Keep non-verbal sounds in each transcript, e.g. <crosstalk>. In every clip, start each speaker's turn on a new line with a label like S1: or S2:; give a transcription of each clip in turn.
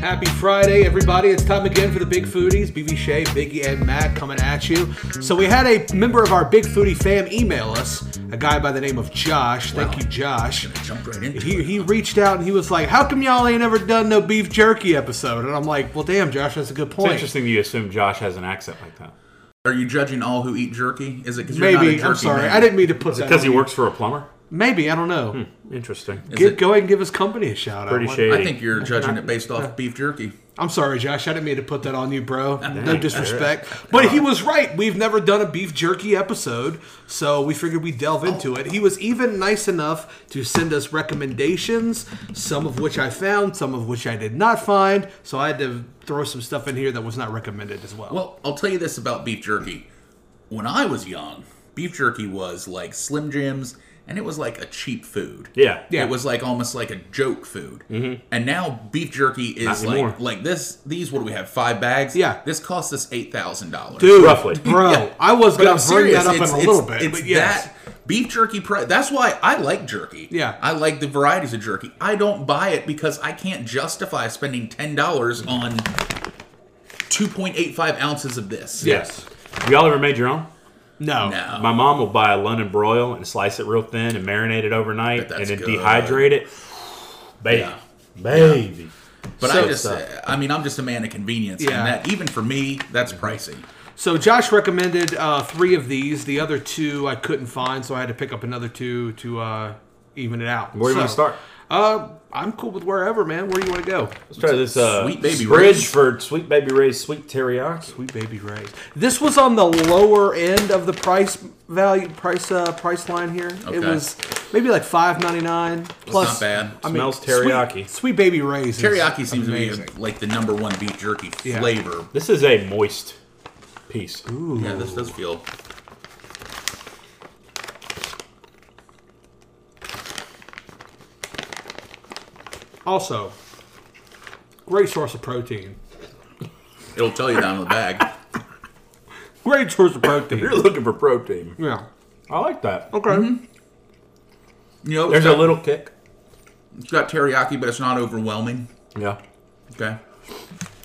S1: Happy Friday, everybody. It's time again for the Big Foodies. BB Shea, Biggie, and Matt coming at you. So, we had a member of our Big Foodie fam email us, a guy by the name of Josh. Thank
S2: Wow.
S1: you, Josh.
S2: Jump right into
S1: He,
S2: it.
S1: he reached out and he was like, How come y'all ain't ever done no beef jerky episode? And I'm like, Well, damn, Josh, that's a good
S3: It's
S1: point.
S3: interesting that you assume Josh has an accent like that.
S2: Are you judging all who eat jerky? Is it because you're not a
S1: Maybe.
S2: jerky
S1: I'm sorry.
S2: man?
S1: I didn't mean to put that.
S3: Because he
S1: on you.
S3: works for a plumber?
S1: Maybe. I don't know.
S3: Interesting.
S2: Hmm. Is
S1: Get,
S2: it-
S1: go ahead and give his company a shout
S3: Pretty
S1: out. What-
S3: shady.
S2: I think you're judging it based off beef jerky.
S1: I'm sorry, Josh. I didn't mean to put that on you, bro. No
S3: Dang,
S1: disrespect. But he was right. We've never done a beef jerky episode, so we figured we'd delve into it. He was even nice enough to send us recommendations, some of which I found, some of which I did not find. So I had to throw some stuff in here that was not recommended as well.
S2: Well, I'll tell you this about beef jerky. When I was young, beef jerky was like Slim Jims, and it was like a cheap food.
S3: Yeah.
S1: Yeah.
S2: It was like almost like a joke food. Mm-hmm. And now beef jerky
S3: Not
S2: is
S3: anymore.
S2: like like this. These what do we have? Five bags.
S1: Yeah.
S2: This costs us eight thousand dollars.
S1: Dude,
S3: Roughly.
S1: bro,
S2: Yeah.
S1: I was
S2: But
S1: gonna bring
S2: I'm serious.
S1: that up
S2: it's,
S1: in a
S2: it's-
S1: little bit.
S2: It's
S1: but yes.
S2: that beef jerky price. That's why I like jerky.
S1: Yeah.
S2: I like the varieties of jerky. I don't buy it because I can't justify spending ten dollars on two point eight five ounces of this.
S3: Yes. Y'all ever made your own?
S1: no,
S2: No.
S3: My mom will buy a London broil and slice it real thin and marinate it overnight
S2: Bet
S3: and
S2: that's
S3: then
S2: good.
S3: dehydrate it. Baby.
S2: Yeah.
S3: Baby.
S2: But
S1: So-
S2: I just, I mean, I'm just a man of convenience,
S1: Yeah. Mm-hmm.
S2: and that even for me, that's pricey.
S1: So Josh recommended uh, three of these. The other two I couldn't find, so I had to pick up another two to uh, even it out.
S3: Where do you
S1: So,
S3: want to start?
S1: Uh, I'm cool with wherever, man. Where do you want to go?
S3: Let's try this uh,
S2: Sweet Baby Ray's.
S3: Bridgeford Sweet Baby Ray's Sweet Teriyaki.
S1: Sweet baby Ray's. This was on the lower end of the price value price uh, price line here. It
S2: Okay.
S1: was maybe like five ninety nine plus.
S2: not bad.
S1: I mean,
S3: Smells
S1: sweet-
S3: teriyaki.
S1: Sweet, baby Ray's. is
S2: Teriyaki seems
S1: amazing.
S2: to be uh, like the number one beef jerky
S1: Yeah.
S2: flavor.
S3: This is a moist piece.
S2: Yeah, this does feel.
S1: Also, great source of protein.
S2: It'll tell you down in the bag.
S1: Great source of protein.
S3: <laughs> You're looking for protein.
S1: yeah.
S3: I like that.
S1: Okay.
S2: Mm-hmm. You know,
S3: There's
S2: it's
S3: a
S2: got-
S3: little kick.
S2: It's got teriyaki, but it's not overwhelming.
S3: Yeah.
S2: Okay.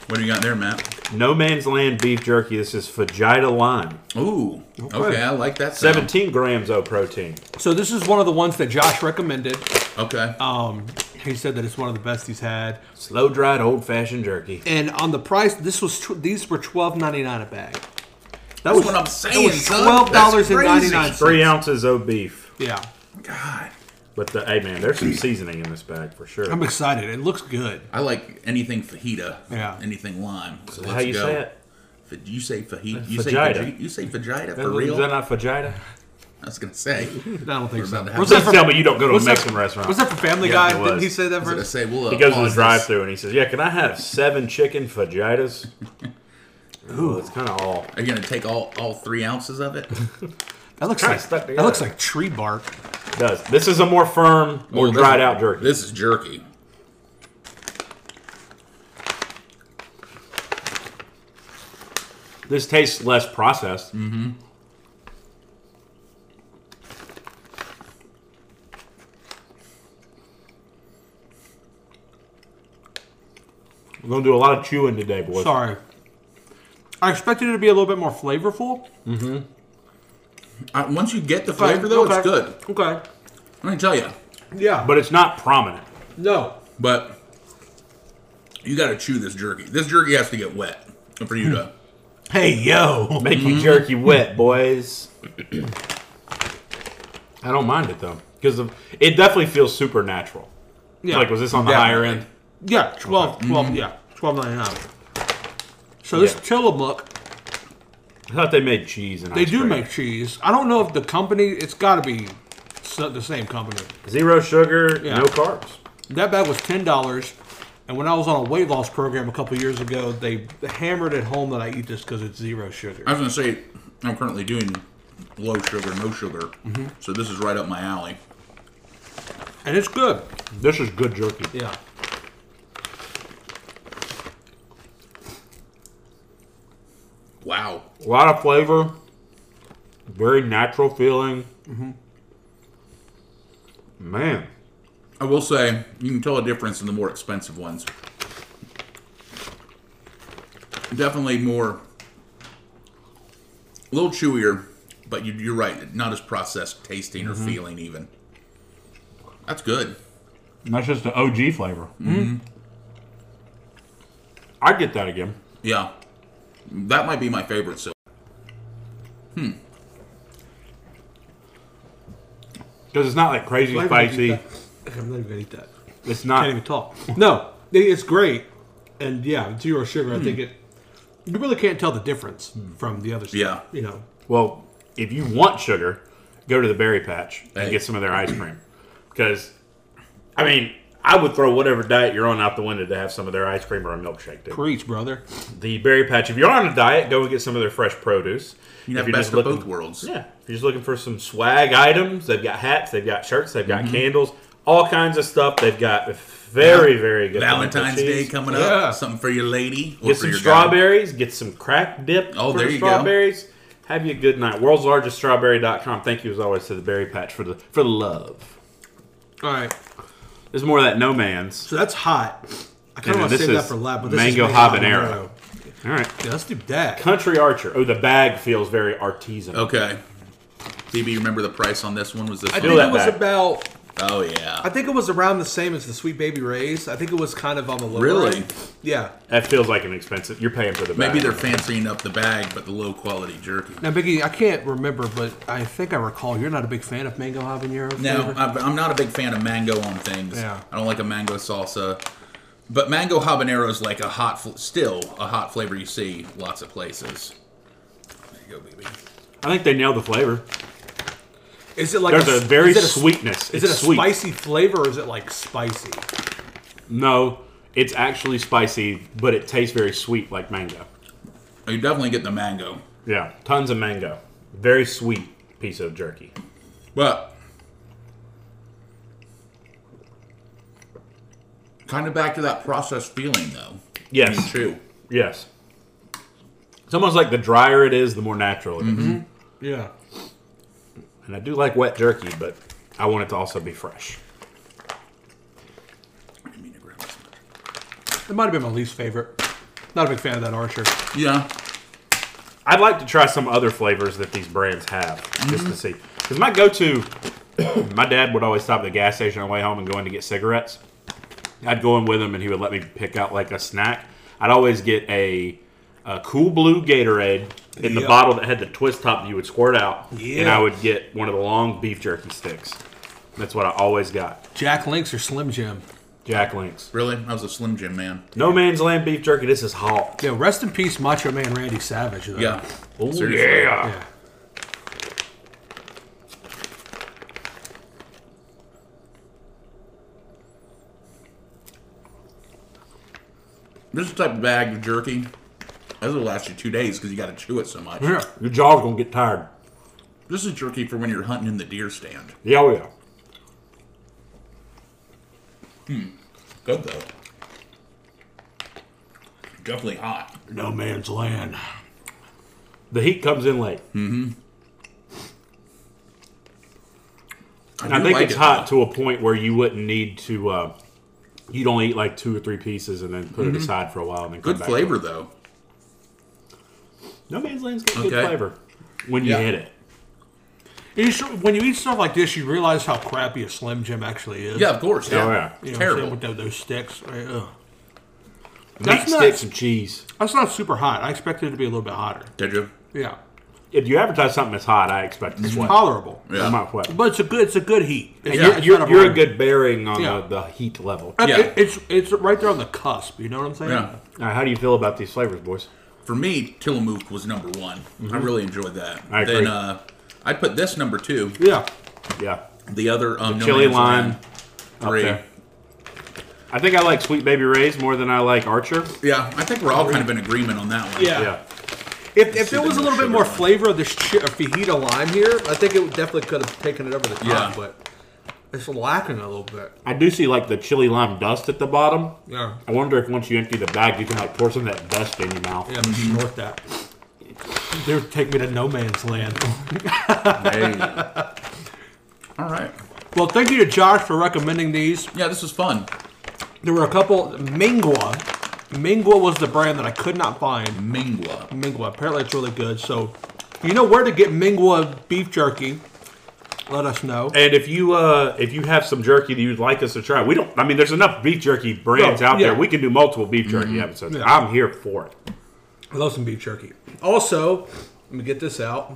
S2: What do you got there, Matt?
S3: No Man's Land beef jerky. This is Fajita Lime.
S2: Ooh. Okay, I like that. sound.
S3: 17 grams of protein.
S1: So this is one of the ones that Josh recommended.
S2: Okay.
S1: Um, he said that it's one of the best he's had.
S3: Slow dried old fashioned jerky.
S1: And on the price, this was tw- these were twelve ninety nine a bag. That
S2: That's what I'm saying, son.
S1: Twelve dollars and ninety nine
S2: That's
S1: cents.
S3: Three ounces of beef.
S1: Yeah,
S2: God.
S3: But the, hey man, there's
S1: <clears throat>
S3: some seasoning in this bag for sure.
S1: I'm excited. It looks good.
S2: I like anything fajita.
S1: Yeah.
S2: Anything lime. So
S3: How
S2: let's
S3: you
S2: go.
S3: say it?
S2: Fa- You say fajita. You
S3: Fajita.
S2: say fajita. You say fajita for
S3: Is
S2: real?
S3: that not fajita?
S2: I was gonna
S3: <laughs>
S2: say.
S1: I don't think so.
S2: about to have-
S1: Was
S2: Please
S1: that
S3: Please
S1: for,
S3: tell me you don't go to a
S1: what's that-
S3: Mexican restaurant.
S1: was that for Family
S2: Yeah,
S1: Guy?
S3: it
S1: Didn't he
S3: was.
S1: say that
S2: I was gonna
S1: first?
S2: say we'll. Uh,
S3: He goes to the
S2: pause
S3: drive
S2: this.
S3: through and he says, Yeah, can I have seven chicken
S1: <laughs>
S3: fajitas? Ooh, it's kind of all.
S2: Are you gonna take all all three ounces of
S3: <laughs>
S2: it?
S1: That looks
S3: kinda
S1: like
S3: stuck
S1: that
S3: together.
S1: looks like tree bark.
S3: It does. This is a more firm, more
S2: Well, this-
S3: dried out jerky.
S2: This is jerky.
S3: This tastes less processed. Mm-hmm. We're gonna do a lot of chewing today, boys.
S1: Sorry, I expected it to be a little bit more flavorful.
S2: Uh, once you get the flavor though,
S1: Okay.
S2: it's good.
S1: Okay.
S2: Let me tell you.
S1: Yeah.
S3: But it's not prominent.
S1: no.
S2: But you got to chew this jerky. This jerky has to get wet for you to.
S1: Hey yo. Mm-hmm.
S3: Making jerky wet, boys. <clears throat> I don't mind it though, because it definitely feels supernatural.
S1: Yeah.
S3: Like, was this on the higher end?
S1: Yeah, 12, 12
S2: Mm-hmm.
S1: yeah, twelve ninety nine. So this
S3: Yeah.
S1: Tillamook,
S3: I thought they made cheese and
S1: they
S3: ice
S1: do
S3: cream.
S1: make cheese. I don't know if the company. It's got to be so- the same company.
S3: zero sugar,
S1: Yeah.
S3: no carbs.
S1: That bag was ten dollars, and when I was on a weight loss program a couple years ago, they hammered at home that I eat this because it's zero sugar.
S3: Uh,
S2: I was gonna say I'm currently doing low sugar, no sugar.
S3: Mm-hmm.
S2: So this is right up my alley.
S1: and it's good.
S3: This is good jerky.
S1: Yeah.
S2: Wow.
S3: A lot of flavor, very natural feeling.
S4: Mm-hmm.
S3: Man,
S2: I will say you can tell a difference in the more expensive ones. Definitely more, a little chewier, but you, you're right. Not as processed tasting
S3: Mm-hmm.
S2: or feeling even. That's good.
S4: And that's just the OG flavor.
S3: I'd Mm-hmm. get that again.
S2: Yeah, that might be my favorite. So
S3: Because it's not like crazy
S1: I'm not even
S3: spicy.
S1: gonna eat that. I'm not even gonna eat that.
S3: It's
S1: Can't
S3: not.
S1: even talk. No, it- it's great, and yeah, zero sugar. I think
S3: Hmm.
S1: it. You really can't tell the difference from the other stuff.
S2: Yeah.
S1: you know.
S3: Well, if you want sugar, go to the Berry Patch and
S2: Hey.
S3: get some of their ice cream. Because, I mean, I would throw whatever diet you're on out the window to have some of their ice cream or a milkshake. Dude.
S1: Preach, brother.
S3: The Berry Patch. If you're on a diet, go and get some of their fresh produce.
S2: you
S3: If
S2: have
S3: you're
S2: best
S3: just
S2: of
S3: looking-
S2: both worlds.
S3: Yeah. If you're just looking for some swag items, they've got hats, they've got shirts, they've
S2: Mm-hmm.
S3: got candles, all kinds of stuff. They've got very, very good
S2: Valentine's
S3: mac and
S2: Day
S3: cheese.
S2: coming
S1: Yeah.
S2: up. Something for your lady. Or for
S3: Get some
S2: your guy.
S3: strawberries. Get some crack dip.
S2: Oh,
S3: for
S2: there
S3: the
S2: you go.
S3: strawberries. Have you a good night. World's largest strawberry.com. Thank you as always to the berry patch for the for the love.
S1: All right,
S3: There's more of that no man's.
S1: so that's hot. I kind of
S3: And
S1: want to
S3: this
S1: save that
S3: is
S1: for lab. But this
S3: mango
S1: is
S3: habanero. All right.
S1: Yeah, let's do that.
S3: Country Archer. Oh, the bag feels very artisanal.
S2: Okay. DB, remember the price on this one? Was this
S1: I
S2: one?
S1: think
S3: that
S1: it was
S3: back.
S1: about.
S2: Oh
S1: I
S2: yeah.
S1: think it was around the same as the Sweet Baby Ray's. I think it was kind of on the lower
S2: Really?
S1: end. Yeah.
S3: That feels like an expensive. You're paying for the bag.
S2: Maybe they're fancying up the bag, but the low quality jerky.
S1: Now, Biggie, I can't remember, but I think I recall you're not a big fan of mango habanero.
S2: No,
S1: flavor.
S2: I've- I'm not a big fan of mango on things.
S1: Yeah.
S2: I don't like a mango salsa. But mango habanero is like a hot, fl- still a hot flavor you see lots of places. There you go, baby.
S3: I think they nailed the flavor.
S1: is it like
S3: There's a
S1: s-
S3: very
S1: is it a s-
S3: sweetness.
S1: Is
S3: It's
S1: it a
S3: sweet.
S1: spicy flavor or is it like spicy?
S3: No, it's actually spicy, but it tastes very sweet, like mango.
S2: Oh, You definitely get the mango,
S3: Yeah, tons of mango. Very sweet piece of jerky.
S2: but kind of back to that processed feeling though.
S3: Yes.
S2: You chew.
S3: Yes. It's almost like the drier it is, the more natural it is.
S1: Yeah.
S3: And I do like wet jerky, but I want it to also be fresh.
S2: I didn't mean to grab this much.
S1: It might have been my least favorite. Not a big fan of that Archer.
S2: Yeah,
S3: I'd like to try some other flavors that these brands have just to see. Because my go to, <coughs> my dad would always stop at the gas station on the way home and go in to get cigarettes. I'd go in with him and he would let me pick out like a snack. I'd always get a, a cool blue Gatorade in the
S1: Yeah.
S3: bottle that had the twist top that you would squirt out. And
S1: Yeah.
S3: I would get one of the long beef jerky sticks. That's what I always got.
S1: Jack Links or Slim Jim?
S3: Jack Links.
S2: really. I was a Slim Jim man.
S3: No man's land beef jerky. This is hot.
S1: Yeah, rest in peace, Macho Man Randy Savage. Though.
S2: Yeah.
S3: Oh,
S2: Seriously.
S3: yeah.
S1: Yeah.
S2: This is the type of bag of jerky. This will last you two days because you got to chew it so much.
S1: Yeah.
S3: Your jaw's going to get tired.
S2: This is jerky for when you're hunting in the deer stand.
S3: Yeah, oh, yeah.
S2: Good though. Definitely hot.
S1: No man's land.
S3: The heat comes in late. And I
S2: do
S3: think
S2: like
S3: it's
S2: it,
S3: hot
S2: though.
S3: to a point where you wouldn't need to. Uh, you'd only eat like two or three pieces and then put it aside for a while and then come
S2: Mm-hmm. Good
S3: back
S2: flavor
S3: To it.
S2: though.
S3: No man's land's got good
S2: Okay.
S3: flavor when
S2: Yeah.
S3: you hit it.
S1: You sure- when you eat stuff like this, you realize how crappy a Slim Jim actually is.
S2: Yeah, of course. Yeah,
S3: Oh, yeah.
S1: You know what I'm saying,
S2: terrible.
S1: With tho- those sticks. right, ugh.
S3: Meat
S1: That's not-
S3: sticks and cheese.
S1: That's not super hot. I expected it to be a little bit hotter.
S2: Did you?
S1: Yeah.
S3: If you advertise something that's hot, I expect it's sweat.
S1: Tolerable.
S2: Mm-hmm. Yeah.
S3: I'm not sweat.
S1: But it's a good it's a good heat. It's
S2: Yeah,
S1: not- it's
S3: You're,
S1: not
S3: you're a
S1: burn.
S3: good bearing on
S1: Yeah.
S3: the, the heat level.
S1: It-
S2: Yeah.
S1: it- it's it's right there on the cusp, you know what I'm saying?
S2: Yeah.
S3: Now, how do you feel about these flavors, boys?
S2: For me, Tillamook was number one. I really enjoyed that.
S3: Mm-hmm. I agree.
S2: Then uh, I'd put this number two.
S1: Yeah.
S3: Yeah,
S2: The other um, No
S3: chili
S2: Man's
S3: lime.
S2: Land,
S3: up
S2: three.
S3: there. I think I like Sweet Baby Ray's more than I like Archer.
S2: Yeah, I think we're all kind of in agreement on that one.
S1: Yeah.
S3: Yeah,
S1: If, if
S2: see
S1: there
S2: the
S1: was a
S2: no
S1: little bit
S2: sugar
S1: more
S2: one.
S1: flavor of this chi- uh, fajita lime here, I think it definitely could have taken it over the top,
S2: Yeah.
S1: but it's lacking a little bit.
S3: I do see like the chili lime dust at the bottom.
S1: Yeah.
S3: I wonder if once you empty the bag, you can like pour some of that dust in your mouth.
S1: Yeah,
S2: Mm-hmm.
S1: snort that. They would take me to no man's land.
S2: All right.
S1: well, thank you to Josh for recommending these.
S2: Yeah, this was fun.
S1: There were a couple mingua Mingua was the brand that I could not find.
S2: Mingua.
S1: Mingua. Apparently, it's really good. So, you know where to get Mingua beef jerky. Let us know.
S3: And if you uh, if you have some jerky that you'd like us to try, we don't. I mean, there's enough beef jerky brands
S1: No,
S3: out
S1: yeah.
S3: there. We can do multiple beef jerky episodes.
S1: Yeah.
S3: I'm here for it.
S1: I love some beef jerky. Also, let me get this out.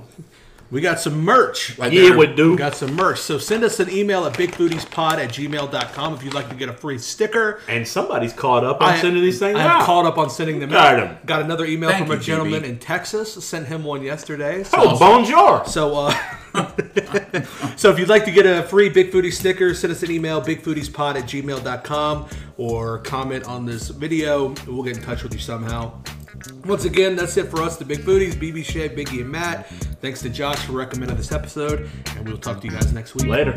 S1: We got some merch.
S2: Like
S3: Yeah,
S2: there.
S3: would do.
S1: We got some merch. So send us an email at bigbootiespod at gmail.com if you'd like to get a free sticker.
S3: And somebody's caught up on
S1: I-
S3: sending these things
S1: I
S3: out.
S1: am caught up on sending them
S3: Got
S1: out.
S3: him.
S1: Got another email
S2: Thank
S1: from a
S2: you,
S1: gentleman
S2: GB.
S1: in Texas. Sent him one yesterday. So,
S3: oh, bonjour.
S1: so, uh, <laughs> so if you'd like to get a free Big Foodie sticker, send us an email, bigfoodiespod at gmail.com, or comment on this video. We'll get in touch with you somehow. Once again, that's it for us, the Big Foodies, BB Shea, Biggie, and Matt. Thanks to Josh for recommending this episode, and we'll talk to you guys next week.
S3: Later.